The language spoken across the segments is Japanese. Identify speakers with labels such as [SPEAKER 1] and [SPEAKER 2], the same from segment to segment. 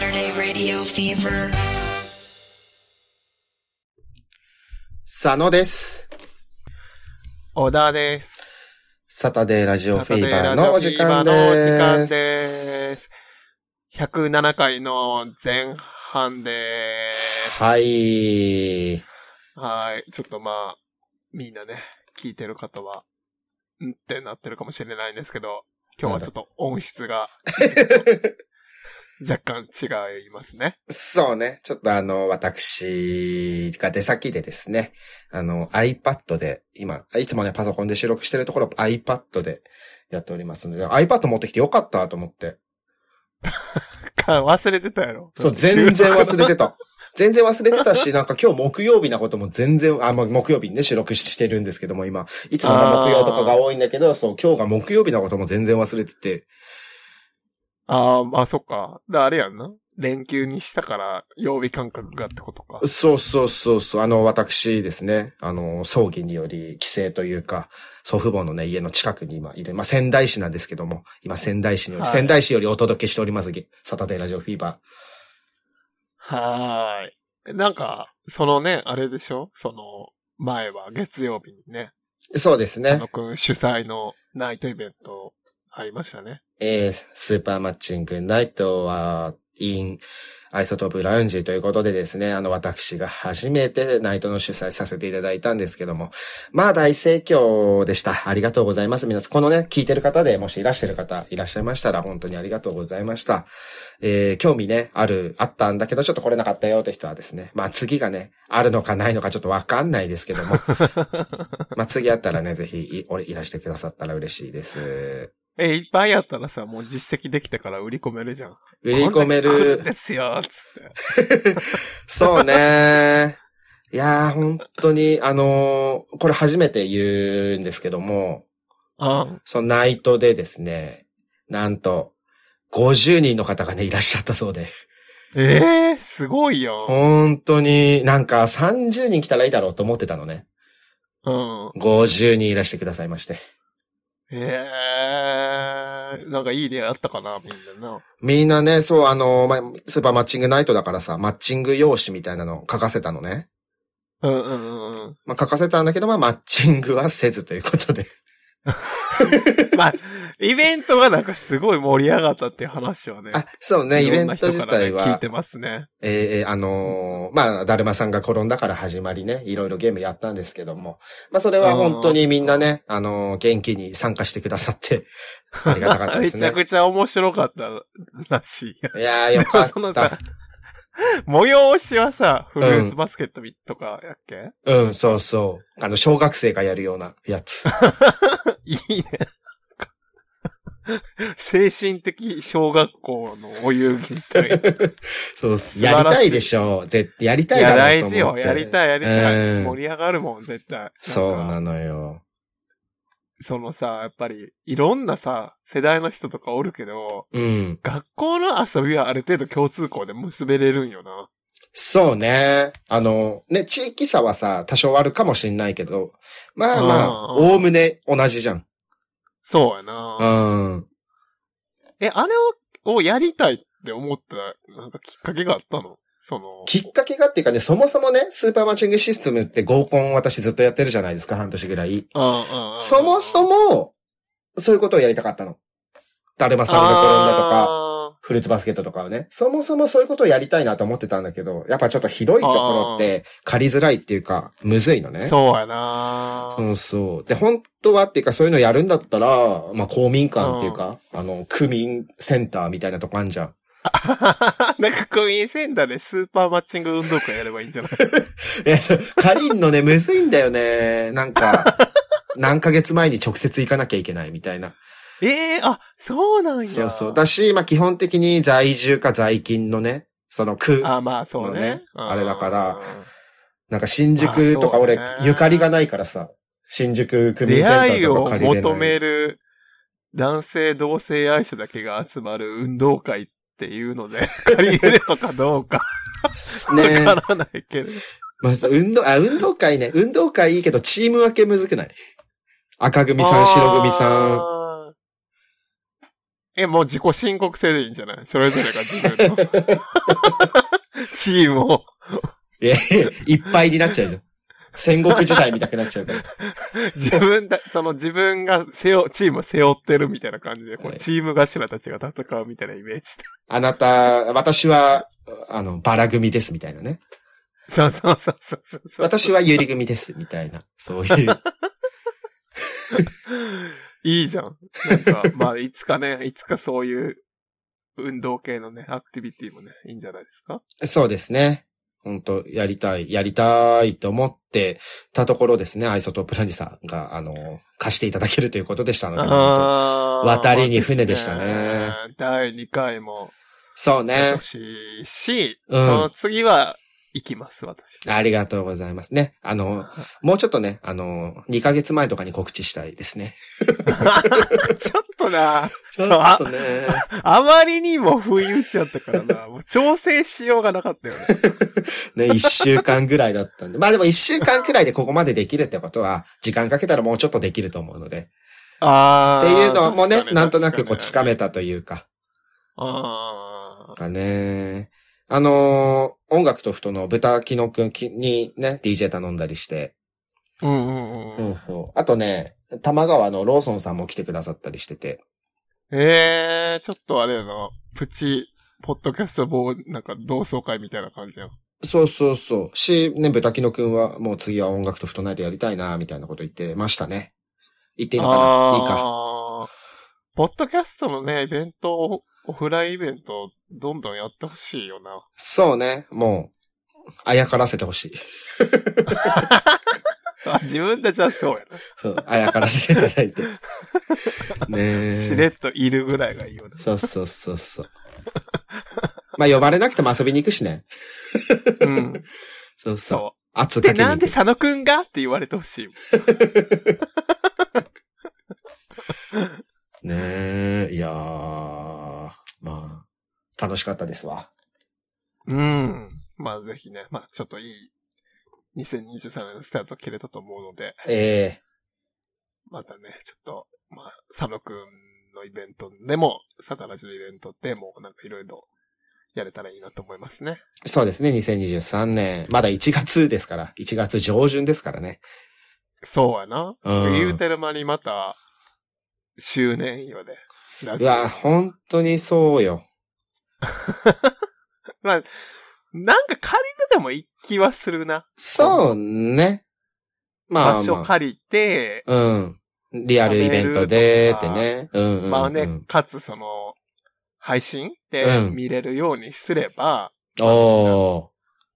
[SPEAKER 1] Radio Fever.
[SPEAKER 2] 佐野です。
[SPEAKER 3] 小田です。
[SPEAKER 2] サタデーラジオフィーバー
[SPEAKER 3] サ
[SPEAKER 2] のお
[SPEAKER 3] タデ
[SPEAKER 2] 時
[SPEAKER 3] ーラ
[SPEAKER 2] 間
[SPEAKER 3] ジ
[SPEAKER 2] で
[SPEAKER 3] オフィーバーのお時間
[SPEAKER 2] す。
[SPEAKER 3] です。107回の前半です。
[SPEAKER 2] はい。
[SPEAKER 3] はい。ちょっとまあ、みんなね、聞いてる方は、んってなってるかもしれないんですけど、今日はちょっと音質が若干違いますね。
[SPEAKER 2] そうね。ちょっとあの、私が出先でですね、あの、iPad で、今、いつもね、パソコンで収録してるところ iPad でやっておりますので、iPad 持ってきてよかったと思って。
[SPEAKER 3] か忘れてたやろ。
[SPEAKER 2] そう、全然忘れて
[SPEAKER 3] た。
[SPEAKER 2] た。全然忘れてたし、 なんか今日木曜日なことも全然、あ、まあ、木曜日にね、収録してるんですけども、今、いつもが木曜とかが多いんだけど、そう、今日が木曜日なことも全然忘れてて、
[SPEAKER 3] ああ、まあそっか。だあれやんな。連休にしたから、曜日感覚がってことか。
[SPEAKER 2] そうそうそうそう、あの、私ですね、あの、葬儀により帰省というか、祖父母のね、家の近くに今いる、まあ、仙台市なんですけども、今仙台市により、
[SPEAKER 3] はい
[SPEAKER 2] 仙台市よりお届けしております、サタデーラジオフィーバ
[SPEAKER 3] はーい。なんか、そのね、あれでしょその、前は月曜日にね、
[SPEAKER 2] ー。そうです
[SPEAKER 3] 佐
[SPEAKER 2] ね
[SPEAKER 3] 野。くん主催のナイトイベントありましたね。
[SPEAKER 2] えースーパーマッチングナイトは、イン、アイソトープラウンジということでですね、あの、私が初めてナイトの主催させていただいたんですけども、まあ大盛況でした。ありがとうございます。皆さん、このね、聞いてる方でもしいらっしゃる方いらっしゃいましたら、本当にありがとうございました。えー興味ね、ある、あったんだけど、ちょっと来れなかったよって人はですね、まあ次がね、あるのかないのかちょっとわかんないですけども、 まあ次あったらね、ぜひい、おいらしてくださったら嬉しいです。
[SPEAKER 3] え、いっぱいやったらさ、もう実績できてから売り込めるじゃん。
[SPEAKER 2] 売り込め
[SPEAKER 3] こんなに来ん
[SPEAKER 2] る。
[SPEAKER 3] ですよ、つって。
[SPEAKER 2] そうね。いやー、本当に、あのーこれ初めて言うんですけども、
[SPEAKER 3] あ
[SPEAKER 2] そのナイトでですね、なんと、50人の方がね、いらっしゃったそうで。
[SPEAKER 3] えー、すごいよ。
[SPEAKER 2] 本当に、なんか30人来たらいいだろうと思ってたのね。
[SPEAKER 3] うん。
[SPEAKER 2] 50人いらしてくださいまして。
[SPEAKER 3] えー、なんかいい出会いあったかな、みんなな。
[SPEAKER 2] みんなね、そう、あのーまあ、スーパーマッチングナイトだからさ、マッチング用紙みたいなの書かせたのね。
[SPEAKER 3] うんうんうんうん。
[SPEAKER 2] まあ、書かせたんだけど、まあ、マッチングはせずということで。
[SPEAKER 3] まあ、イベントがなんかすごい盛り上がったっていう話はね。
[SPEAKER 2] あ、そうね、イ
[SPEAKER 3] い
[SPEAKER 2] ベ
[SPEAKER 3] ろん
[SPEAKER 2] ン
[SPEAKER 3] な
[SPEAKER 2] ト
[SPEAKER 3] 人
[SPEAKER 2] 自
[SPEAKER 3] からね
[SPEAKER 2] 体は。
[SPEAKER 3] 聞いてますね。
[SPEAKER 2] えーえーあのーまあ、だるまさんが転んだから始まりね、いろいろゲームやったんですけども、まあ、それは本当にみんなね、あのー元気に参加してくださって、ありがたかったで
[SPEAKER 3] め
[SPEAKER 2] す
[SPEAKER 3] ちゃ
[SPEAKER 2] ね。
[SPEAKER 3] くちゃ面白かったらしい。
[SPEAKER 2] いやー、よか
[SPEAKER 3] そ
[SPEAKER 2] っ
[SPEAKER 3] のさ
[SPEAKER 2] た。、
[SPEAKER 3] 催しはさ、フルーツバスケットとかやっけ、
[SPEAKER 2] うん、そうそう。あの、小学生がやるようなや つ。
[SPEAKER 3] いいね。精神的小学校のお遊戯みたいな。い
[SPEAKER 2] そうっす。
[SPEAKER 3] 素晴ら
[SPEAKER 2] やりた
[SPEAKER 3] しい
[SPEAKER 2] いでしょう。絶対やりたいだ
[SPEAKER 3] や、
[SPEAKER 2] ろう
[SPEAKER 3] 大
[SPEAKER 2] と思っ
[SPEAKER 3] 事
[SPEAKER 2] て。
[SPEAKER 3] よ。やりたい、やりた
[SPEAKER 2] う
[SPEAKER 3] い。
[SPEAKER 2] ん
[SPEAKER 3] 盛り上がるもん、絶対。
[SPEAKER 2] そう
[SPEAKER 3] なんか
[SPEAKER 2] なのよ。
[SPEAKER 3] そのさ、やっぱり、いろんなさ、世代の人とかおるけど、
[SPEAKER 2] うん。
[SPEAKER 3] 学校の遊びはある程度共通項で結べれるんよな。
[SPEAKER 2] そうね。あの、ね、地域差はさ、多少あるかもしんないけど、まあまあ、
[SPEAKER 3] うん
[SPEAKER 2] おおむね同じじゃん。
[SPEAKER 3] そうやな。
[SPEAKER 2] うん。
[SPEAKER 3] え、あれを、をやりたいって思った、なんかきっかけがあったのその、
[SPEAKER 2] きっかけがっていうかね、そもそもね、スーパーマッチングシステムって合コン私ずっとやってるじゃないですか、半年ぐらい。
[SPEAKER 3] ああ
[SPEAKER 2] そもそ
[SPEAKER 3] も
[SPEAKER 2] も、そういうことをやりたかったの。だるまさんが転んだとか、フルーツバスケットとかをね。そもそもそういうことをやりたいなと思ってたんだけど、やっぱちょっと広いところって借りづらいっていうか、むずいのね。
[SPEAKER 3] そうやな、
[SPEAKER 2] そうそう。で、本当はっていうか、そういうのやるんだったら、まあ、公民館っていうか、あの、区民センターみたいなとこあんじゃん。
[SPEAKER 3] なんかクイーンセンターでスーパーマッチング運動会やればいいんじ ゃない
[SPEAKER 2] え、そう借りんのね、むずいんだよね。なんか、何ヶ月前に直接行かなきゃいけないみたいな。
[SPEAKER 3] ええあ、そうなんや。
[SPEAKER 2] そうそう。だし、まあ基本的に在住か在勤のね、その区、
[SPEAKER 3] あ、まあそうね。
[SPEAKER 2] そうねあれだから
[SPEAKER 3] うん、
[SPEAKER 2] なんか新宿とか
[SPEAKER 3] まあそう
[SPEAKER 2] 俺、
[SPEAKER 3] ね
[SPEAKER 2] ゆかりがないからさ、新宿区民セン
[SPEAKER 3] 出
[SPEAKER 2] タ
[SPEAKER 3] 会い
[SPEAKER 2] ーと
[SPEAKER 3] を
[SPEAKER 2] か借りれない。
[SPEAKER 3] 求める男性同性愛者だけが集まる運動会っていうので、 借りれるとかどうか
[SPEAKER 2] ね
[SPEAKER 3] わからないけど。
[SPEAKER 2] まあそう運動、あ、運動会ね。運動会いいけど、チーム分けむずくない赤組さん、白組さん。
[SPEAKER 3] ん。え、もう自己申告制でいいんじゃないそれぞれが自分の チームを
[SPEAKER 2] いやいやいっぱいになっちゃうじゃん。戦国時代みたくなっちゃうから。
[SPEAKER 3] 自分だ、その自分が背負、チームを背負ってるみたいな感じで、こ
[SPEAKER 2] は
[SPEAKER 3] う
[SPEAKER 2] い
[SPEAKER 3] チーム頭たちが戦うみたいなイメージで。
[SPEAKER 2] あなた、私は、あの、バラ組ですみたいなね。
[SPEAKER 3] そうそうそうそうそうそう。
[SPEAKER 2] 私はユリ組ですみたいな。そう いう。
[SPEAKER 3] いいじゃん。なんか、まあ、 いつかね、いつかそういう運動系のね、アクティビティもね、いいんじゃないですか
[SPEAKER 2] そうですね。本当やりたい、やりたいと思ってたところですね。アイソトープラニさんが、あの、貸していただけるということでしたので。本当
[SPEAKER 3] あー
[SPEAKER 2] 渡りに船でしたね。
[SPEAKER 3] 第2回も、
[SPEAKER 2] そうね
[SPEAKER 3] 楽。しいし、
[SPEAKER 2] うん
[SPEAKER 3] その次は、行きま す、私。
[SPEAKER 2] ありがとうございますね。あの、もうちょっとね、あの、2ヶ月前とかに告知したいですね。
[SPEAKER 3] ちょっとな、そうあ
[SPEAKER 2] ね。
[SPEAKER 3] あまりにも不意打ちだったから な、もう調整しようがなかったよね。
[SPEAKER 2] ね、1週間ぐらいだったんで。まあでも1週間くらいでここまでできるってことは、時間かけたらもうちょっとできると思うので。っ
[SPEAKER 3] あ
[SPEAKER 2] て
[SPEAKER 3] ー
[SPEAKER 2] いうのもね
[SPEAKER 3] 確、かに
[SPEAKER 2] なんとなくこう
[SPEAKER 3] 確
[SPEAKER 2] つ
[SPEAKER 3] か
[SPEAKER 2] か
[SPEAKER 3] に
[SPEAKER 2] めたというか。
[SPEAKER 3] あ
[SPEAKER 2] かね。あのー音楽とふとの豚キノくんにね、DJ 頼んだりして。
[SPEAKER 3] ーうんうんうん。
[SPEAKER 2] あとね、玉川のローソンさんも来てくださったりしてて。
[SPEAKER 3] ええー、ちょっとあれやな、プチ、ポッドキャスト棒、なんか同窓会みたいな感じやん。
[SPEAKER 2] そうそうそう。し、ね、豚キノくんはもう次は音楽とふとないでやりたいな、みたいなこと言ってましたね。言っていいのか
[SPEAKER 3] あ
[SPEAKER 2] な
[SPEAKER 3] ー
[SPEAKER 2] いいか。
[SPEAKER 3] ポッドキャストのね、イベントを、オフラインイベント、どんどんやってほしいよな。
[SPEAKER 2] そうね、もう、あやからせてほしい。
[SPEAKER 3] あ自分たちはそうやな。
[SPEAKER 2] そうあやからせていただい て。ねえ。
[SPEAKER 3] しれっといるぐらいがいいよな。
[SPEAKER 2] そうそうそうそう。まあ呼ばれなくても遊びに行くしね。
[SPEAKER 3] うん。
[SPEAKER 2] そうそう。
[SPEAKER 3] そ
[SPEAKER 2] 圧
[SPEAKER 3] う。で、
[SPEAKER 2] かけに
[SPEAKER 3] な
[SPEAKER 2] 行
[SPEAKER 3] ん
[SPEAKER 2] く
[SPEAKER 3] で佐野くんがって言われてほしいもん。
[SPEAKER 2] ねえ、いやー、まあ、楽しかったですわ。
[SPEAKER 3] うん。まあぜひね、まあちょっといい、2023年のスタート切れたと思うので、
[SPEAKER 2] え
[SPEAKER 3] またね、ちょっと、まあ、佐野くんのイベントでも、サタラジのイベントでも、なんかいろいろやれたらいいなと思いますね。
[SPEAKER 2] えそうですね、2023年。まだ1月ですから、1月上旬ですからね。
[SPEAKER 3] そうやな。
[SPEAKER 2] うん
[SPEAKER 3] 言うてる間にまた、周年よね。ラ
[SPEAKER 2] う
[SPEAKER 3] ジオ。
[SPEAKER 2] わ、本当にそうよ。
[SPEAKER 3] まあ、なんか借りるでもいい気はするな。
[SPEAKER 2] そうね。まあ、
[SPEAKER 3] 場
[SPEAKER 2] ま
[SPEAKER 3] 所
[SPEAKER 2] あ、
[SPEAKER 3] 借りて、
[SPEAKER 2] うん。リアルイベントで、ってね。うんうん、うん。
[SPEAKER 3] まあね、かつその、配信で
[SPEAKER 2] うん
[SPEAKER 3] 見れるようにすれば、
[SPEAKER 2] お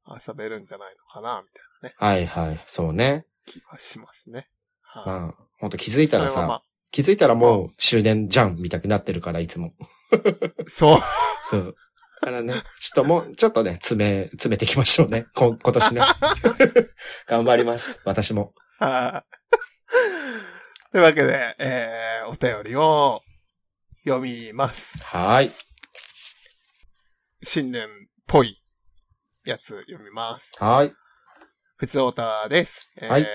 [SPEAKER 2] ー。
[SPEAKER 3] 遊べるんじゃないのかな、みたいなね、
[SPEAKER 2] はいはい、そうね。
[SPEAKER 3] 気はしますね。はい
[SPEAKER 2] まあ、本当気づいたら
[SPEAKER 3] それはま
[SPEAKER 2] さ
[SPEAKER 3] あ、
[SPEAKER 2] 気づいたらもう終電じゃん、みたくなってるから、いつも。
[SPEAKER 3] そう。
[SPEAKER 2] そう。だからね、ちょっともう、ちょっとね、詰め、詰めていきましょうね。こ今 年ね。頑張ります。私も。
[SPEAKER 3] はい。というわけで、えー、お便りを読みます。
[SPEAKER 2] はーい。
[SPEAKER 3] 新年っぽいやつ読みます。
[SPEAKER 2] はーい。
[SPEAKER 3] 普通オタです。えー
[SPEAKER 2] はい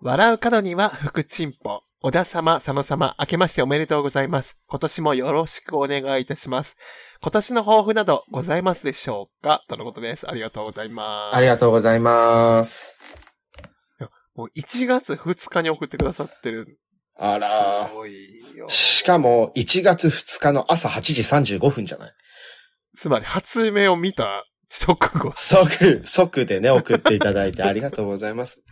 [SPEAKER 3] 笑う角には福チンポ。小田様、佐野様、明けましておめでとうございます。今年もよろしくお願いいたします。今年の抱負などございますでしょうかとのことです。ありがとうございます。
[SPEAKER 2] ありがとうございます。
[SPEAKER 3] もう1月2日に送ってくださってる。
[SPEAKER 2] あら
[SPEAKER 3] すごいよ
[SPEAKER 2] ー。。しかも、1月2日の朝8時35分じゃない
[SPEAKER 3] つまり初夢を見た直後
[SPEAKER 2] 即、即でね、送っていただいてありがとうございます。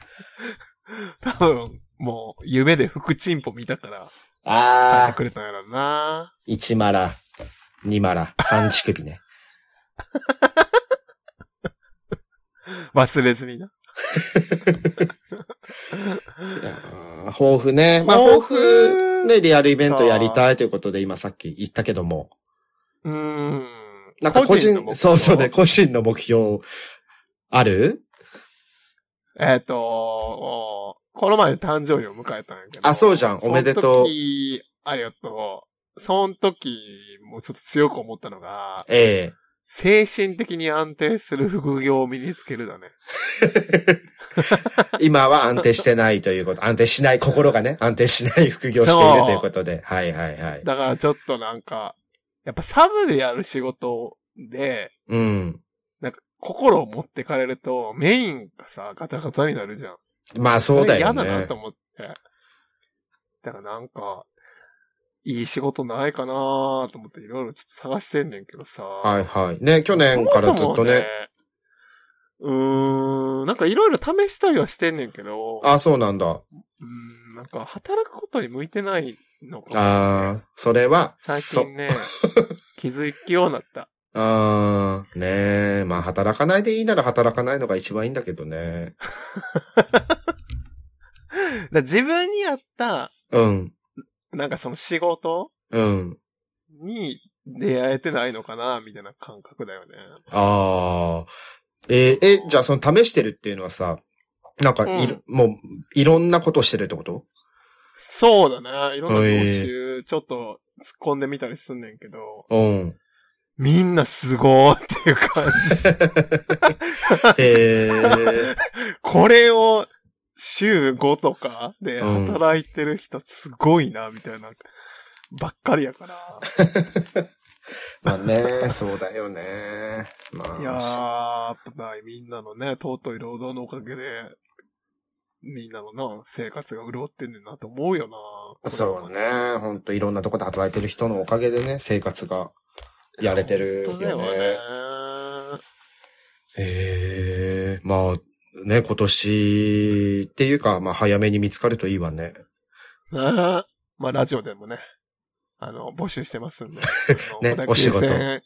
[SPEAKER 3] 多分、もう、夢で福チンポ見たから、買っ
[SPEAKER 2] あ
[SPEAKER 3] てくれたんやろな。
[SPEAKER 2] ー、1マラ、2マラ、3乳首ね。
[SPEAKER 3] 忘れずにな。
[SPEAKER 2] いやー抱負ね。まあ、
[SPEAKER 3] 抱
[SPEAKER 2] 抱
[SPEAKER 3] 負
[SPEAKER 2] 負、ね、リアルイベントやりたいということで、今さっき言ったけども。
[SPEAKER 3] うーん。
[SPEAKER 2] なんか個人、
[SPEAKER 3] の目標
[SPEAKER 2] そうそうね、。個人の目標、ある
[SPEAKER 3] えっ、と、この前誕生日を迎えたんやけど。
[SPEAKER 2] あそうじゃんおめでとう
[SPEAKER 3] その時、ありがとう。その時、もうちょっと強く思ったのが、
[SPEAKER 2] え
[SPEAKER 3] 精神的に安定する副業を身につけるだね。
[SPEAKER 2] 今は安定してないという こと、安定しない、心がね、安定しない副業をしているということで、はいはいはい。
[SPEAKER 3] だからちょっとなんか、やっぱサブでやる仕事で、
[SPEAKER 2] うん。
[SPEAKER 3] なんか心を持ってかれると、メインがさ、ガタガタになるじゃん。
[SPEAKER 2] まあそうだよね。
[SPEAKER 3] それ嫌だなと思って。だからなんか、いい仕事ないかなと思っていろいろちょっと探してんねんけどさ。
[SPEAKER 2] はいはい。ね、去年からずっ
[SPEAKER 3] そもそ
[SPEAKER 2] と
[SPEAKER 3] もね
[SPEAKER 2] ね。。
[SPEAKER 3] うーん、なんかいろいろ試したりはしてんねんけど、
[SPEAKER 2] あ、そうなんだ。
[SPEAKER 3] うーん、なんか働くことに向いてないのかなっ
[SPEAKER 2] あ
[SPEAKER 3] て
[SPEAKER 2] あ、それは、
[SPEAKER 3] 最
[SPEAKER 2] そ
[SPEAKER 3] 近ね、気づきようになった。
[SPEAKER 2] ああ、ねえ。まあ、働かないでいいなら働かないのが一番いいんだけどね。
[SPEAKER 3] だから自分に合った、
[SPEAKER 2] うん、
[SPEAKER 3] なんかその仕事
[SPEAKER 2] うん。
[SPEAKER 3] に出会えてないのかなみたいな感覚だよね。
[SPEAKER 2] ああ。えーえ、じゃあその試してるっていうのはさ、なんかいる、もう、いろんなことしてるってこと
[SPEAKER 3] そうだね。いろんな業
[SPEAKER 2] へ
[SPEAKER 3] 種、ちょっと突っ込んでみたりすんねんけど、
[SPEAKER 2] うん。
[SPEAKER 3] みんなすごーっていう感じ。
[SPEAKER 2] えー、
[SPEAKER 3] これを週5とかで働いてる人すごいな、みたいな、ばっかりやから。
[SPEAKER 2] まあね、そうだよね。まあ、
[SPEAKER 3] いやー、やっぱなみんなのね、尊い労働のおかげで、みんなのな、生活が潤ってんねんなと思うよな。
[SPEAKER 2] そう。ね。ほんといろんなとこで働いてる人のおかげでね、生活がやれてるよ
[SPEAKER 3] 本当だよ
[SPEAKER 2] ね。
[SPEAKER 3] ね。
[SPEAKER 2] へえまあ、ね、今年っていうか、まあ早めに見つかるといいわね。
[SPEAKER 3] ああ まあ、ラジオでもね、あの、募集してますんで。あ
[SPEAKER 2] ね
[SPEAKER 3] の
[SPEAKER 2] お仕事
[SPEAKER 3] 小田急線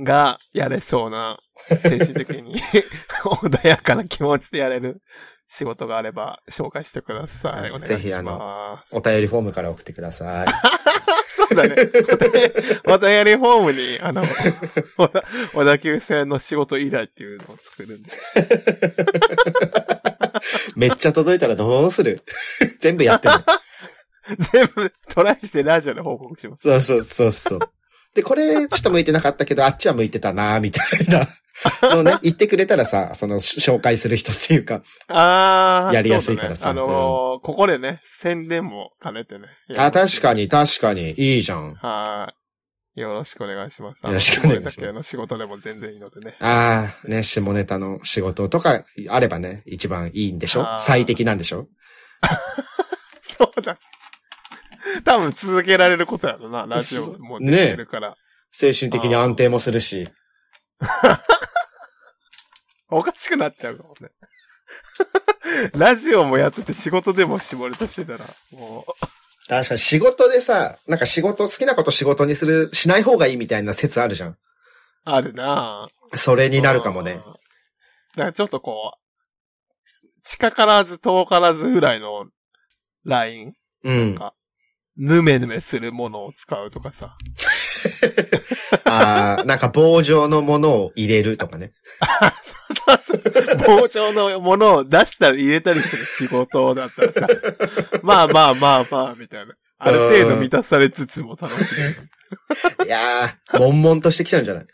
[SPEAKER 3] がやれそうな、精神的に 穏やかな気持ちでやれる仕事があれば紹介してください。お願いします。
[SPEAKER 2] ぜひあ
[SPEAKER 3] の、
[SPEAKER 2] お便りフォームから送ってください。
[SPEAKER 3] そうだね。お便りお便りフォームに、 あの、小田小田急線の仕事依頼っていうのを作るんで。
[SPEAKER 2] めっちゃ届いたらどうする 全部やってる。
[SPEAKER 3] 全部トライしてラジオで報告します。
[SPEAKER 2] そうそうそうそう。で、これ、ちょっと向いてなかったけど、あっちは向いてたな、みたいな。 のをね、言ってくれたらさ、その、紹介する人っていうか。
[SPEAKER 3] ああ。
[SPEAKER 2] やりやすいからさ
[SPEAKER 3] そうだねあのーここでね、宣伝も兼ねてね。
[SPEAKER 2] あ、確
[SPEAKER 3] に
[SPEAKER 2] かに、確かに、いいじゃん。
[SPEAKER 3] はい。よろしくお願いします。
[SPEAKER 2] よろしくお願いします
[SPEAKER 3] あのこれだけの仕事でも全然いいのでね。
[SPEAKER 2] ああ、ね、下ネタの仕事とかあればね、一番いいんでしょ
[SPEAKER 3] あー
[SPEAKER 2] 最適なんでしょ
[SPEAKER 3] そうだ。多分続けられることやろな。ラジオも出てるから。
[SPEAKER 2] 精神的に安定もするし。
[SPEAKER 3] おかしくなっちゃうかもね。 ラジオもやってて仕事でも絞り出してたら、も
[SPEAKER 2] 確かに仕事でさ、なんか仕事、好きなこと仕事にする、しない方がいいみたいな説あるじゃん。
[SPEAKER 3] う、あるな
[SPEAKER 2] それ
[SPEAKER 3] ぁ
[SPEAKER 2] になるかもね
[SPEAKER 3] だ。からちょっとこう、近からず遠からずぐらいのライン
[SPEAKER 2] うん。
[SPEAKER 3] ぬめぬめするものを使うとかさ。
[SPEAKER 2] ああ、なんか棒状のものを入れるとかね。
[SPEAKER 3] そうそうそう。膨張のものを出したり入れたりする仕事だったらさ。まあまあまあまあ、みたいな。ある程度満たされつつも楽しめる。
[SPEAKER 2] いやー、悶々としてきちゃうんじゃない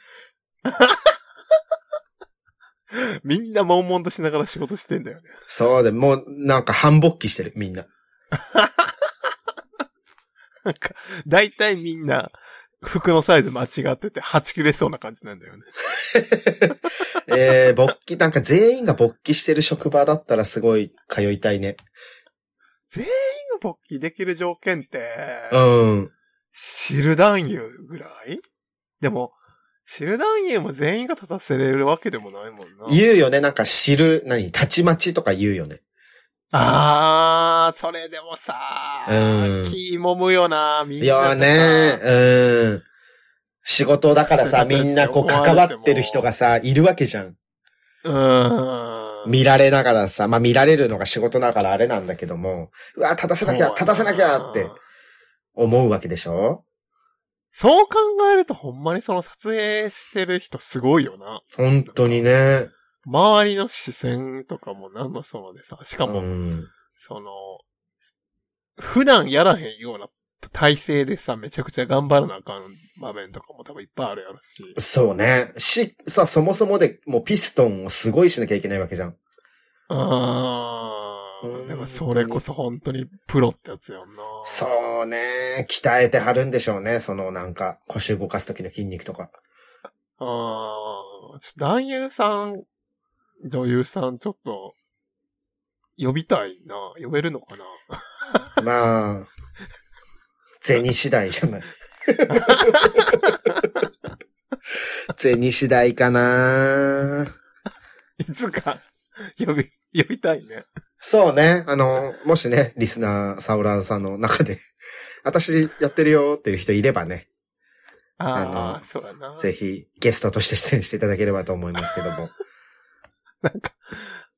[SPEAKER 3] みんな悶々としながら仕事してんだよね。
[SPEAKER 2] そうで、もうなんか半勃起してる、みんな。
[SPEAKER 3] なんか、大体みんな、服のサイズ間違ってて、はち切れそうな感じなんだよね。
[SPEAKER 2] えー、勃起、なんか全員が勃起してる職場だったらすごい通いたいね。
[SPEAKER 3] 金が勃起できる条件って、
[SPEAKER 2] うん。
[SPEAKER 3] 知る男優ぐらいでも、知る男優も全員が立たせれるわけでもないもんな。
[SPEAKER 2] 言うよね、なんか知る、何、たちまちとか言うよね。
[SPEAKER 3] あー、それでもさ
[SPEAKER 2] うん
[SPEAKER 3] 気もむよなみん
[SPEAKER 2] い
[SPEAKER 3] な。
[SPEAKER 2] やーね。ー、うん。仕事だからさ、
[SPEAKER 3] だって
[SPEAKER 2] みんなこう
[SPEAKER 3] 思われて
[SPEAKER 2] 関
[SPEAKER 3] も
[SPEAKER 2] わってる人がさ、いるわけじゃん。
[SPEAKER 3] うん。
[SPEAKER 2] 見られながらさ、まあ見られるのが仕事だからあれなんだけども、うわー、立たせなきゃ、立たせなきゃって思うわけでしょ
[SPEAKER 3] そう考えるとほんまにその撮影してる人すごいよな。
[SPEAKER 2] 本当にね。
[SPEAKER 3] 周りの視線とかも何のそのでさ、しか
[SPEAKER 2] う
[SPEAKER 3] も、
[SPEAKER 2] ん。
[SPEAKER 3] その、普段やらへんような体制でさ、めちゃくちゃ頑張らなあかん場面とかも多分いっぱいあるやろし。
[SPEAKER 2] そうね。し、さ、そもそもで、もうピストンをすごいしなきゃいけないわけじゃん。
[SPEAKER 3] あ
[SPEAKER 2] う
[SPEAKER 3] ー。
[SPEAKER 2] ん
[SPEAKER 3] でもそれこそ本当にプロってやつやんな。
[SPEAKER 2] そうね。鍛えてはるんでしょうね。そのなんか、腰動かすときの筋肉とか。
[SPEAKER 3] ああ、ちょ男優さん、女優さん、ちょっと、呼びたいな。呼べるのかな
[SPEAKER 2] まあ、銭次第じゃない。銭次第かない
[SPEAKER 3] つか、 呼び、呼びたいね。
[SPEAKER 2] そうね。あの、もしね、リスナー、サウラーさんの中で、私やってるよっていう人いればね、
[SPEAKER 3] あ
[SPEAKER 2] あ
[SPEAKER 3] あ、そうやな。
[SPEAKER 2] ぜひゲストとして出演していただければと思いますけども。
[SPEAKER 3] なんか、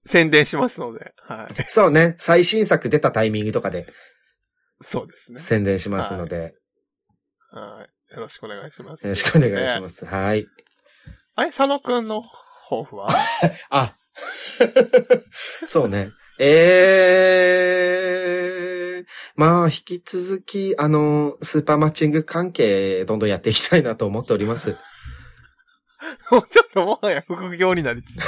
[SPEAKER 3] 宣伝しますので、はい。
[SPEAKER 2] そうね。最新作出たタイミングとかで
[SPEAKER 3] そうですね。
[SPEAKER 2] 宣伝しますので、
[SPEAKER 3] はい。よろしくお願いします。。
[SPEAKER 2] よろしくお願いしますす。はい。
[SPEAKER 3] あれ、佐野くんの抱負は
[SPEAKER 2] あ。 そうね。ええまあ、引き続き、あの、スーパーマッチング関係、どんどんやっていきたいなと思っており ます。
[SPEAKER 3] もうちょっともはや副業になりつつあ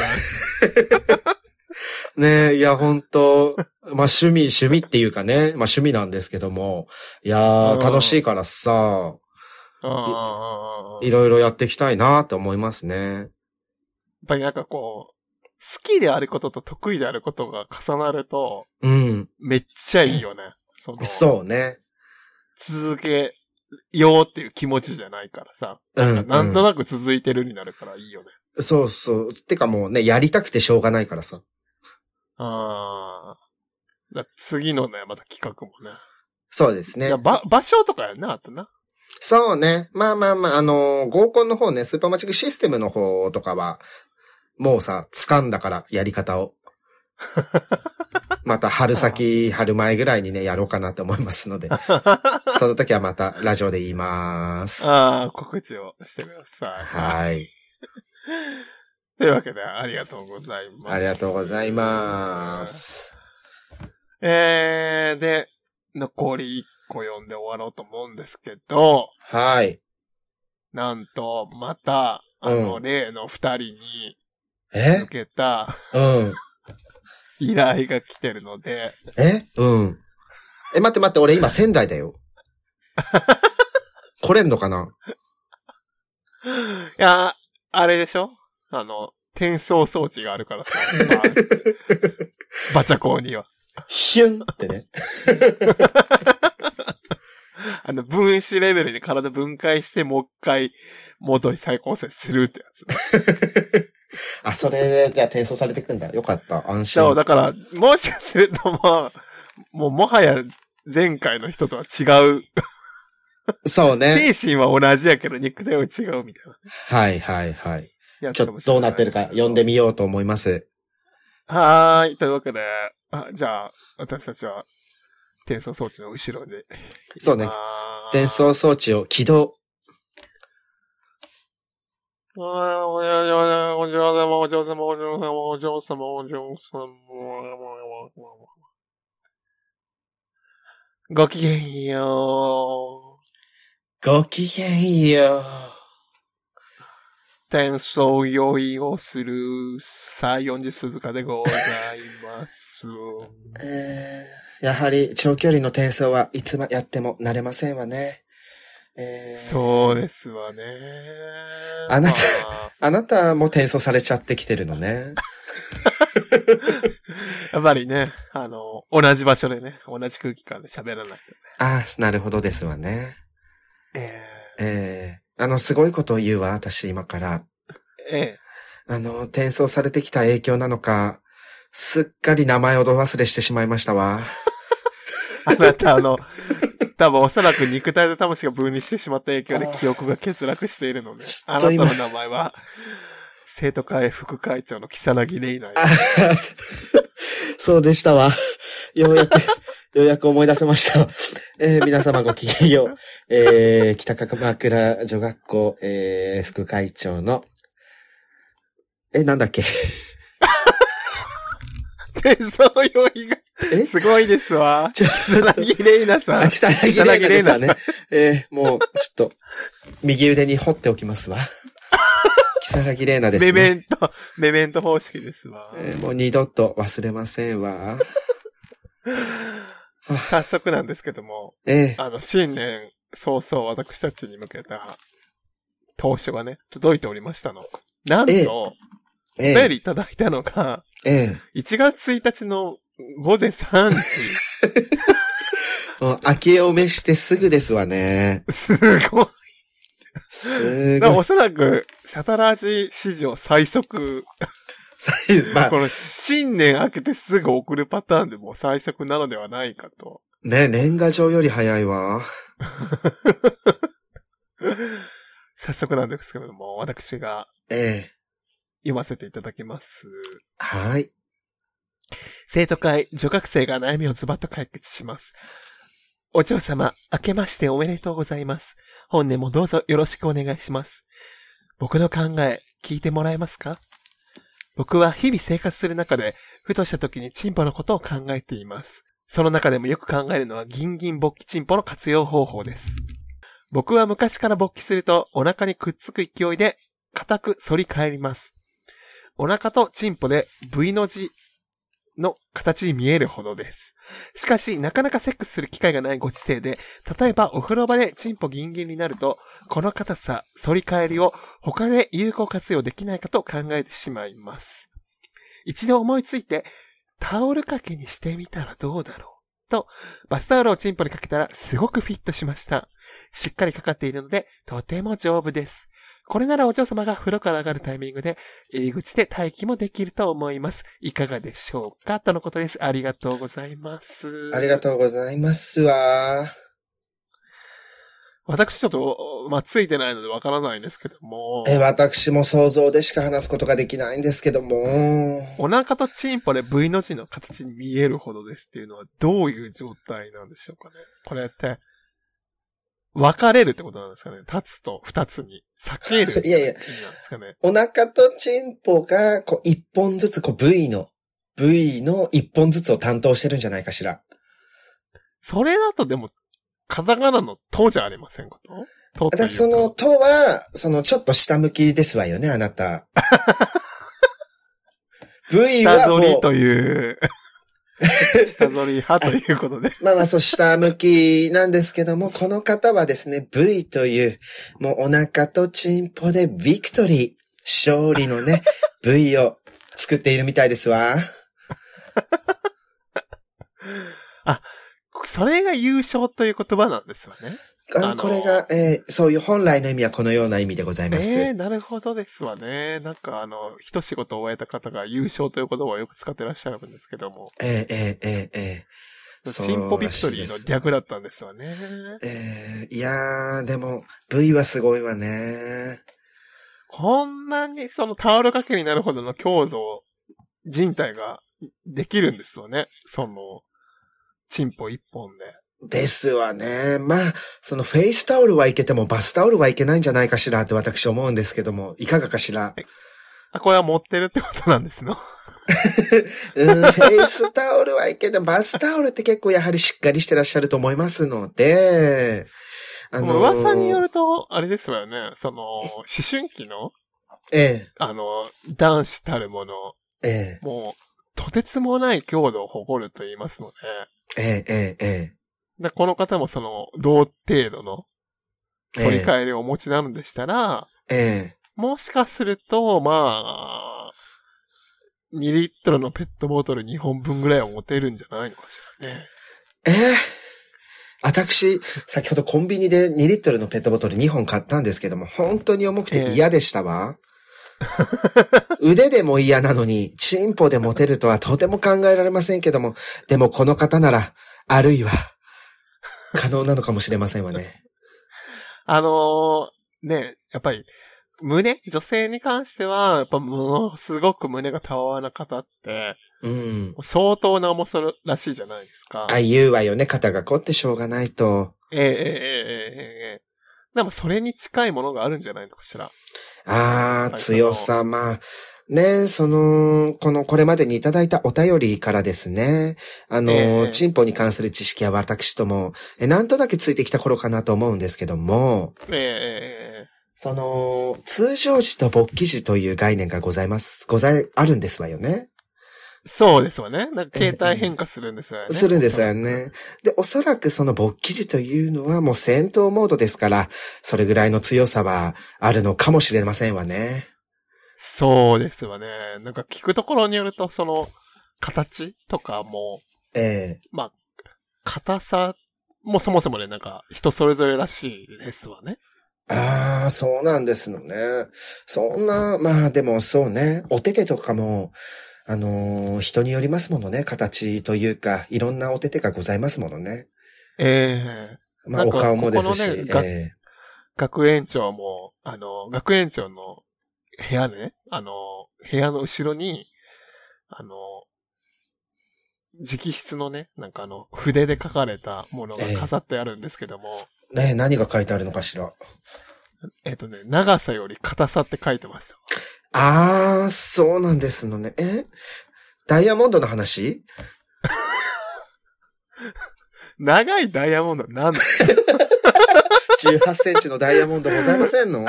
[SPEAKER 2] ねえ、いや、本当まあ、趣味、趣味っていうかね、まあ、趣味なんですけども、いや
[SPEAKER 3] うん
[SPEAKER 2] ー、楽しいからさ、
[SPEAKER 3] る。ああ。
[SPEAKER 2] いろいろやっていきたいなって思いますね。
[SPEAKER 3] やっぱりなんかこう、好きであることと得意であることが重なると、
[SPEAKER 2] うん。
[SPEAKER 3] めっちゃいいよね。その
[SPEAKER 2] そうね。
[SPEAKER 3] 続けようっていう気持ちじゃないからさ。
[SPEAKER 2] うん。
[SPEAKER 3] なん
[SPEAKER 2] う
[SPEAKER 3] と
[SPEAKER 2] ん
[SPEAKER 3] なく続いてるになるからいいよね。
[SPEAKER 2] そうそう。てかもうね、やりたくてしょうがないからさ。
[SPEAKER 3] ああ。だ次のね、また企画もね。
[SPEAKER 2] そうですね
[SPEAKER 3] いや。ば場所とかやんな、あとな。
[SPEAKER 2] そうね。まあまあまあ、あのー合コンの方ね、スーパーマチックシステムの方とかは、もうさ、掴んだから、やり方 を。また春先、春前ぐらいにね、やろうかなと思います ので、その時はまたラジオで言います。
[SPEAKER 3] ああ、告知をしてください。
[SPEAKER 2] はい。
[SPEAKER 3] というわけで、ありがとうございます。
[SPEAKER 2] ありがとうございま。す。
[SPEAKER 3] えー、で、残り1個読んで終わろうと思うんですけど、
[SPEAKER 2] はい。
[SPEAKER 3] なんと、また、あの、
[SPEAKER 2] うん
[SPEAKER 3] 例の二人に
[SPEAKER 2] え
[SPEAKER 3] 向けた
[SPEAKER 2] うん。
[SPEAKER 3] 依頼が来てるので、
[SPEAKER 2] えうん。え、待って待って、俺今仙台だ よ。来れんのかない
[SPEAKER 3] や、あれでしょあの、転送装置があるからさ、まあバチャコーには。
[SPEAKER 2] ヒュンってね。
[SPEAKER 3] あの、分子レベルで体分解して、もう一回元に再構成するってやつ、ね。
[SPEAKER 2] あ、それで、じゃあ転送されてくんだ。よかった。安心。
[SPEAKER 3] そう、だから、もしかするともう、もうもはや前回の人とは違う。
[SPEAKER 2] そうね。
[SPEAKER 3] 精神は同じやけど肉体は違うみたいな
[SPEAKER 2] はいはいはい。
[SPEAKER 3] やつ
[SPEAKER 2] ちょ
[SPEAKER 3] か
[SPEAKER 2] っ
[SPEAKER 3] も
[SPEAKER 2] と
[SPEAKER 3] しれ
[SPEAKER 2] ど
[SPEAKER 3] いう
[SPEAKER 2] なってるか読んでみようと思います。
[SPEAKER 3] はーい。というわけで、あじゃあ、私たちは、転送装置の後ろで。
[SPEAKER 2] そうね
[SPEAKER 3] あー
[SPEAKER 2] 転。送装置を起動。
[SPEAKER 3] あーお嬢様お嬢様お嬢様お嬢様お嬢様お嬢様ごきげんよう。
[SPEAKER 2] ごきげんよ
[SPEAKER 3] 転送用意をする、西四寺鈴鹿でございます。
[SPEAKER 2] う。えー、やはり長距離の転送はいつまやっても慣れませんわね。えー、
[SPEAKER 3] そうですわね。
[SPEAKER 2] あなた
[SPEAKER 3] まあ
[SPEAKER 2] あなたも転送されちゃってきてるのね。
[SPEAKER 3] やっぱりね、あの、同じ場所でね、同じ空気感で喋らない
[SPEAKER 2] ああ、なるほどですわね。
[SPEAKER 3] とね。
[SPEAKER 2] えー、あの、すごいことを言うわ、私今から。
[SPEAKER 3] ええ
[SPEAKER 2] あの、転送されてきた影響なのか、すっかり名前をど忘れしてしまいましたわ。
[SPEAKER 3] あなた、あの、多分おそらく肉体と魂が分離してしまった影響で記憶が欠落しているので、
[SPEAKER 2] ち
[SPEAKER 3] あ
[SPEAKER 2] ょっ
[SPEAKER 3] な
[SPEAKER 2] たと今
[SPEAKER 3] の名前は、生徒会副会長の木更木玲奈。
[SPEAKER 2] そうでしたわ。よ うやく、ようやく思い出せました。えー皆様ごきげんよう。えー、北鎌倉女学校、えー、副会長の、え、なんだっけ
[SPEAKER 3] で、その用意が、
[SPEAKER 2] え
[SPEAKER 3] すごいですわ。
[SPEAKER 2] ちょっと
[SPEAKER 3] 草薙玲奈さ
[SPEAKER 2] あ、
[SPEAKER 3] ん。
[SPEAKER 2] 北柳玲奈ですわ
[SPEAKER 3] 草
[SPEAKER 2] ね。えーもう、ちょっと、右腕に掘っておきます わ。北柳玲奈です
[SPEAKER 3] メメ
[SPEAKER 2] ね。
[SPEAKER 3] ント、メメント方式ですわ。
[SPEAKER 2] えーもう二度と忘れませんわ。
[SPEAKER 3] 早速なんですけども、
[SPEAKER 2] ええ
[SPEAKER 3] あの、新年早々私たちに向けた投書がね、届いておりましたの。なん
[SPEAKER 2] ええ
[SPEAKER 3] と、
[SPEAKER 2] え
[SPEAKER 3] お
[SPEAKER 2] え
[SPEAKER 3] 便りいただいたのが、
[SPEAKER 2] ええ
[SPEAKER 3] 1月1日の午前3時。
[SPEAKER 2] もう明けおめしてすぐですわね。
[SPEAKER 3] すごい。
[SPEAKER 2] す
[SPEAKER 3] だから
[SPEAKER 2] ごい。
[SPEAKER 3] おそらく、サタラジ史上最速、
[SPEAKER 2] まあ
[SPEAKER 3] こ、の新年明けてすぐ送るパターンでもう最速なのではないかと。
[SPEAKER 2] ね、年賀状より早いわ。
[SPEAKER 3] 早速なんですけれども、私が
[SPEAKER 2] ええ
[SPEAKER 3] 読ませていただきます。
[SPEAKER 2] はい。
[SPEAKER 3] 生徒会、女学生が悩みをズバッと解決します。お嬢様、明けましておめでとうございます。本年もどうぞよろしくお願いします。僕の考え、聞いてもらえますか僕は日々生活する中で、ふとした時にチンポのことを考えています。その中でもよく考えるのはギンギン勃起チンポの活用方法です。僕は昔から勃起するとお腹にくっつく勢いで固く反り返ります。お腹とチンポで V の字の形に見えるほどです。しかし、なかなかセックスする機会がないご時世で、例えばお風呂場でチンポギンギンになると、この硬さ、反り返りを他で有効活用できないかと考えてしまいます。一度思いついて、タオル掛けにしてみたらどうだろうと、バスタオルをチンポにかけたらすごくフィットしました。しっかりかかっているので、とても丈夫です。これならお嬢様が風呂から上がるタイミングで、入り口で待機もできると思います。いかがでしょうかとのことです。ありがとうございます。
[SPEAKER 2] ありがとうございますわ。
[SPEAKER 3] 私ちょっと、まあ、ついてないのでわからないんですけども、
[SPEAKER 2] え、私も想像でしか話すことができないんですけども。
[SPEAKER 3] お腹とチンポで V の字の形に見えるほどですっていうのはどういう状態なんでしょうかね。これって、分かれるってことなんですかね。立つと二つに、裂け る。
[SPEAKER 2] いやいや
[SPEAKER 3] 意味なんですかね。
[SPEAKER 2] お腹とチンポが、こう、一本ずつ、こう、V の、V の一本ずつを担当してるんじゃないかしら。
[SPEAKER 3] それだとでも、カタカナのとじゃありませんかととというか
[SPEAKER 2] 私、その、とは、その、ちょっと下向きですわよね、あな た。V
[SPEAKER 3] 下
[SPEAKER 2] は
[SPEAKER 3] 反
[SPEAKER 2] も
[SPEAKER 3] り
[SPEAKER 2] う、
[SPEAKER 3] と いう、下反り派ということで。
[SPEAKER 2] まあまあ、そう、下向きなんですけども、この方はですね、V という、もうお腹とチンポでビクトリー、勝利の ね、V を作っているみたいですわ。
[SPEAKER 3] それが優勝という言葉なんですよね。
[SPEAKER 2] あ
[SPEAKER 3] あのー
[SPEAKER 2] これが、えーそういう本来の意味はこのような意味でございます。
[SPEAKER 3] ええなるほどですわね。なんかあの、一仕事終えた方が優勝という言葉をよく使ってらっしゃるんですけども、
[SPEAKER 2] ええええええええ
[SPEAKER 3] チンポビクトリー
[SPEAKER 2] そうら
[SPEAKER 3] の
[SPEAKER 2] しいです
[SPEAKER 3] 略だったんですわね。
[SPEAKER 2] ええいやー、でも、V はすごいわね。
[SPEAKER 3] こんなにそのタオル掛けになるほどの強度、人体ができるんですよね。その、チンポ一本で。
[SPEAKER 2] ですわね。まあ、そのフェイスタオルはいけてもバスタオルはいけないんじゃないかしらって私思うんですけども、いかがかしら。
[SPEAKER 3] あ、これは持ってるってことなんですの。
[SPEAKER 2] うん、フェイスタオルはいけて、バスタオルって結構やはりしっかりしてらっしゃると思いますので、あ
[SPEAKER 3] もう噂によると、あれですわよね。その、思春期の、
[SPEAKER 2] え
[SPEAKER 3] あの、男子たるもの、
[SPEAKER 2] え、え
[SPEAKER 3] もう、とてつもない強度を誇ると言いますので、
[SPEAKER 2] え、ええ、ええ、
[SPEAKER 3] でこの方もその、同程度の
[SPEAKER 2] ええ
[SPEAKER 3] 取り替えりをお持ちなのでしたら、
[SPEAKER 2] え
[SPEAKER 3] もしかすると、まあ、2リットルのペットボトル2本分ぐらいは持てるんじゃないのかしらね。
[SPEAKER 2] え、ええ。私、先ほどコンビニで2リットルのペットボトル2本買ったんですけども、本当に重くて嫌でしたわ。腕でも嫌なのに、チンポで持てるとはとても考えられませんけども、でもこの方なら、あるいは、可能なのかもしれませんわね。
[SPEAKER 3] あのーね、やっぱり、胸、女性に関しては、やっぱものすごく胸がたわわな方って、
[SPEAKER 2] うん。
[SPEAKER 3] 相当な重さらしいじゃないですか。
[SPEAKER 2] あ、言うわよね。肩が凝ってしょうがないと。
[SPEAKER 3] ええええええええでもそれに近いものがあるんじゃないのかしら。
[SPEAKER 2] あ
[SPEAKER 3] は
[SPEAKER 2] あ、
[SPEAKER 3] い
[SPEAKER 2] 強さ、まあ、ね、その、この、これまでにいただいたお便りからですね、あの、
[SPEAKER 3] ええ
[SPEAKER 2] チンポに関する知識は私ども、えなんとなくついてきた頃かなと思うんですけども、
[SPEAKER 3] え
[SPEAKER 2] その、通常時と勃起時という概念がございます、ござい、あるんですわよね。
[SPEAKER 3] ーそうですわね。なんか携帯変化するんですよね。
[SPEAKER 2] するんですよね。で、おそらくその勃起時というのはもう戦闘モードですから、それぐらいの強さはあるのかもしれませんわね。
[SPEAKER 3] そうですわね。なんか聞くところによると、その、形とかも、
[SPEAKER 2] ええ
[SPEAKER 3] 硬さもそもそもね、なんか人それぞれらしいですわね。
[SPEAKER 2] ああ、そうなんですのね。そんな、まあでもそうね、お手手とかも、あのー人によりますものね、形というか、いろんなお手手がございますものね。
[SPEAKER 3] ええ
[SPEAKER 2] まあ
[SPEAKER 3] なん
[SPEAKER 2] お
[SPEAKER 3] か
[SPEAKER 2] 顔もですし、
[SPEAKER 3] ここの
[SPEAKER 2] え
[SPEAKER 3] ねが
[SPEAKER 2] え
[SPEAKER 3] 学園長も、あの、学園長の部屋ね、あの、部屋の後ろに、あの、直筆のね、なんかあの、筆で書かれたものが飾ってあるんですけども、
[SPEAKER 2] ねえ何が書いてあるのかしら。
[SPEAKER 3] えっ、とね、長さより硬さって書いてました。
[SPEAKER 2] ああ、そうなんですのね。えダイヤモンドの話
[SPEAKER 3] 長いダイヤモンドなんだ
[SPEAKER 2] 18センチのダイヤモンドございませんの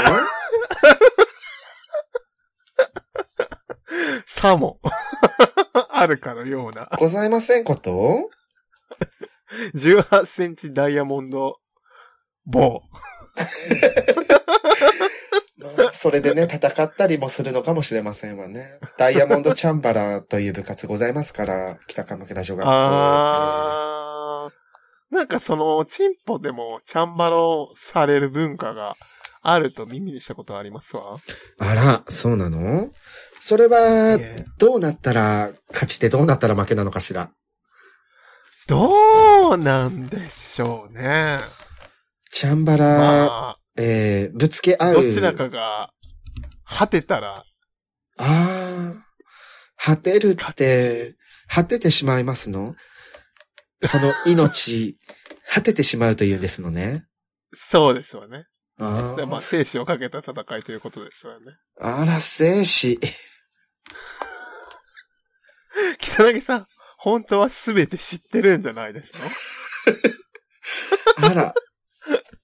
[SPEAKER 3] さも、 あるかのような。
[SPEAKER 2] ございませんこと
[SPEAKER 3] 18センチダイヤモンド棒。
[SPEAKER 2] まあ それでね、戦ったりもするのかもしれませんわね。ダイヤモンドチャンバラという部活ございますから、北鎌倉女学校。
[SPEAKER 3] あー。なんかその、チンポでもチャンバラをされる文化があると耳にしたことありますわ。
[SPEAKER 2] あら、そうなのそれは、
[SPEAKER 3] ね
[SPEAKER 2] どうなったら勝ちでどうなったら負けなのかしら。
[SPEAKER 3] どうなんでしょうね。
[SPEAKER 2] チャンバラ、
[SPEAKER 3] ま
[SPEAKER 2] えー、ぶつけ合
[SPEAKER 3] あ、
[SPEAKER 2] う。
[SPEAKER 3] どちらかが、果てたら、
[SPEAKER 2] ああ、果てるっ
[SPEAKER 3] 勝
[SPEAKER 2] て
[SPEAKER 3] ち、
[SPEAKER 2] 果ててしまいますのその命、果ててしまうというんですのね。
[SPEAKER 3] そうですわね。
[SPEAKER 2] あ
[SPEAKER 3] でまあ、生死をかけた戦いということですわ ね。
[SPEAKER 2] あ、あら、生死。
[SPEAKER 3] 木更木さん、本当は全て知ってるんじゃないですか
[SPEAKER 2] あら。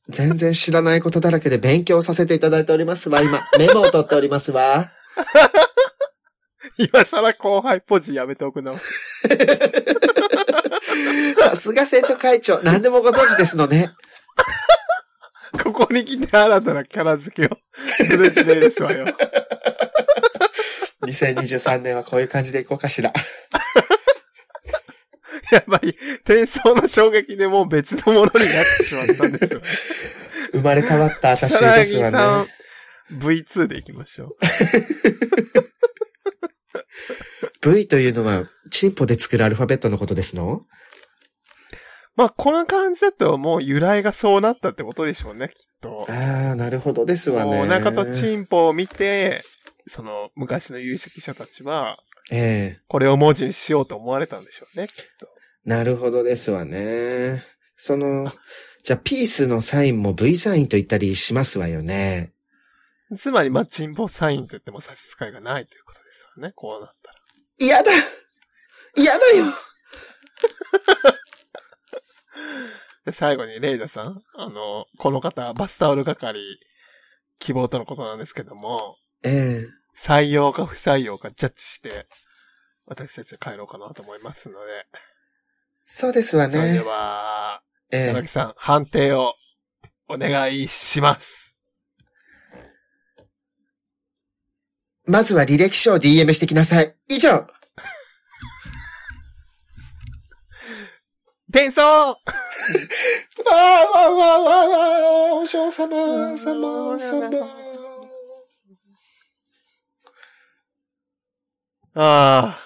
[SPEAKER 2] 全然知らないことだらけで勉強させていただいておりますわ、今。メモを取っておりますわ。
[SPEAKER 3] 今更後輩ポジやめておくな。
[SPEAKER 2] さすが生徒会長、何でもご存知ですのね。
[SPEAKER 3] ここに来て新たなキャラ付けを する時代ですわよ。
[SPEAKER 2] 2023年はこういう感じでいこうかしら。
[SPEAKER 3] やばい。転送の衝撃でもう別のものになってしまったん ですよ。
[SPEAKER 2] 生まれ変わった私
[SPEAKER 3] さら
[SPEAKER 2] で
[SPEAKER 3] ぎ
[SPEAKER 2] すわ
[SPEAKER 3] さ
[SPEAKER 2] ね
[SPEAKER 3] ん。、V2 でいきましょう。
[SPEAKER 2] V というのは、チンポで作るアルファベットのことですの
[SPEAKER 3] まあ、この感じだともう由来がそうなったってことでしょうね、きっと。
[SPEAKER 2] ああ、なるほどですわね。
[SPEAKER 3] もうお腹とチンポを見て、その昔の有識者たちは、
[SPEAKER 2] ええ
[SPEAKER 3] これを文字にしようと思われたんでしょうね。
[SPEAKER 2] なるほどですわね。その、じゃあ、ピースのサインも V サインと言ったりしますわよね。
[SPEAKER 3] つまり、まあ、チンポサインと言っても差し支えがないということですよね、こうなったら。
[SPEAKER 2] 嫌だ嫌だよ
[SPEAKER 3] で、最後にレイダさん。あの、この方、バスタオル係、希望とのことなんですけども、
[SPEAKER 2] ええ
[SPEAKER 3] 採用か不採用かジャッジして、私たちは帰ろうかなと思いますので、
[SPEAKER 2] そうですわ
[SPEAKER 3] それ
[SPEAKER 2] ね。
[SPEAKER 3] では、
[SPEAKER 2] え
[SPEAKER 3] 柳
[SPEAKER 2] え
[SPEAKER 3] さん、判定をお願いします。
[SPEAKER 2] まずは履歴書を DM してきなさい。以上
[SPEAKER 3] 転送
[SPEAKER 2] わーわーわーわーわーお嬢様、
[SPEAKER 3] 様様あ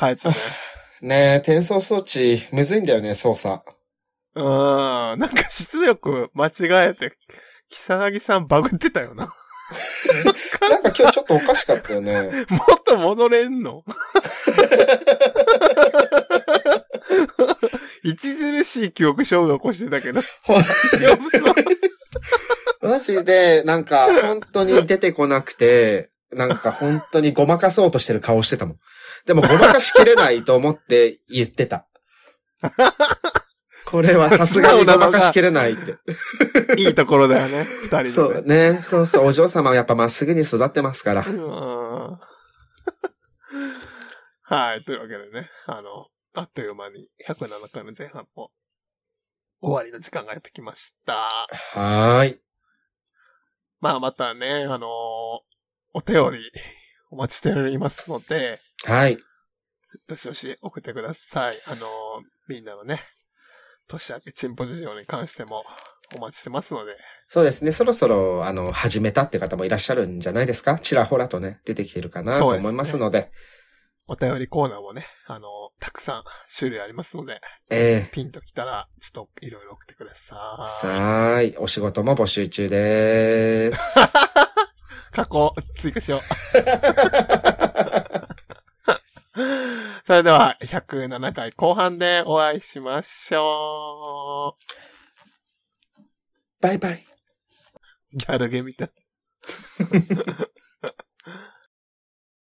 [SPEAKER 3] あ、帰ったね。
[SPEAKER 2] ねえ、転送装置、むずいんだよね、操作。
[SPEAKER 3] うーん、なんか出力間違えて、木更木さんバグってたよな。
[SPEAKER 2] なんか今日ちょっとおかしかったよね。
[SPEAKER 3] もっと戻れんの 著しい記憶障害を起こしてたけど、 大丈夫そう。
[SPEAKER 2] マジで、なんか、本当に出てこなくて、なんか本当にごまかそうとしてる顔してたもん。でもごまかしきれないと思って言ってた。これはさすがにごまかしきれないって。
[SPEAKER 3] いいところだよね、二人の
[SPEAKER 2] そ
[SPEAKER 3] ね。
[SPEAKER 2] うね。そうそう。お嬢様はやっぱまっすぐに育ってますから
[SPEAKER 3] う。ーんはい。というわけでね、あの、あっという間に107回の前半も終わりの時間がやってきました。
[SPEAKER 2] はーい。
[SPEAKER 3] まあまたね、あのお便りお待ちしておりますので、
[SPEAKER 2] はい。
[SPEAKER 3] どしどし送ってください。あのみんなのね、年明けチンポ事情に関してもお待ちしてますので、
[SPEAKER 2] そうですね。そろそろ、あの、始めたって方もいらっしゃるんじゃないですかちらほらとね、出てきてるかなと
[SPEAKER 3] そうですね
[SPEAKER 2] 思いますので。
[SPEAKER 3] お便りコーナーもね、あのたくさん種類ありますので、
[SPEAKER 2] ええ
[SPEAKER 3] ピンときたら、ちょっといろいろ送ってください。
[SPEAKER 2] さーい。お仕事も募集中でーす。
[SPEAKER 3] 加工、追加しよう。それでは、107回後半でお会いしましょ
[SPEAKER 2] バイバイ。
[SPEAKER 3] う。ギャルゲみたい。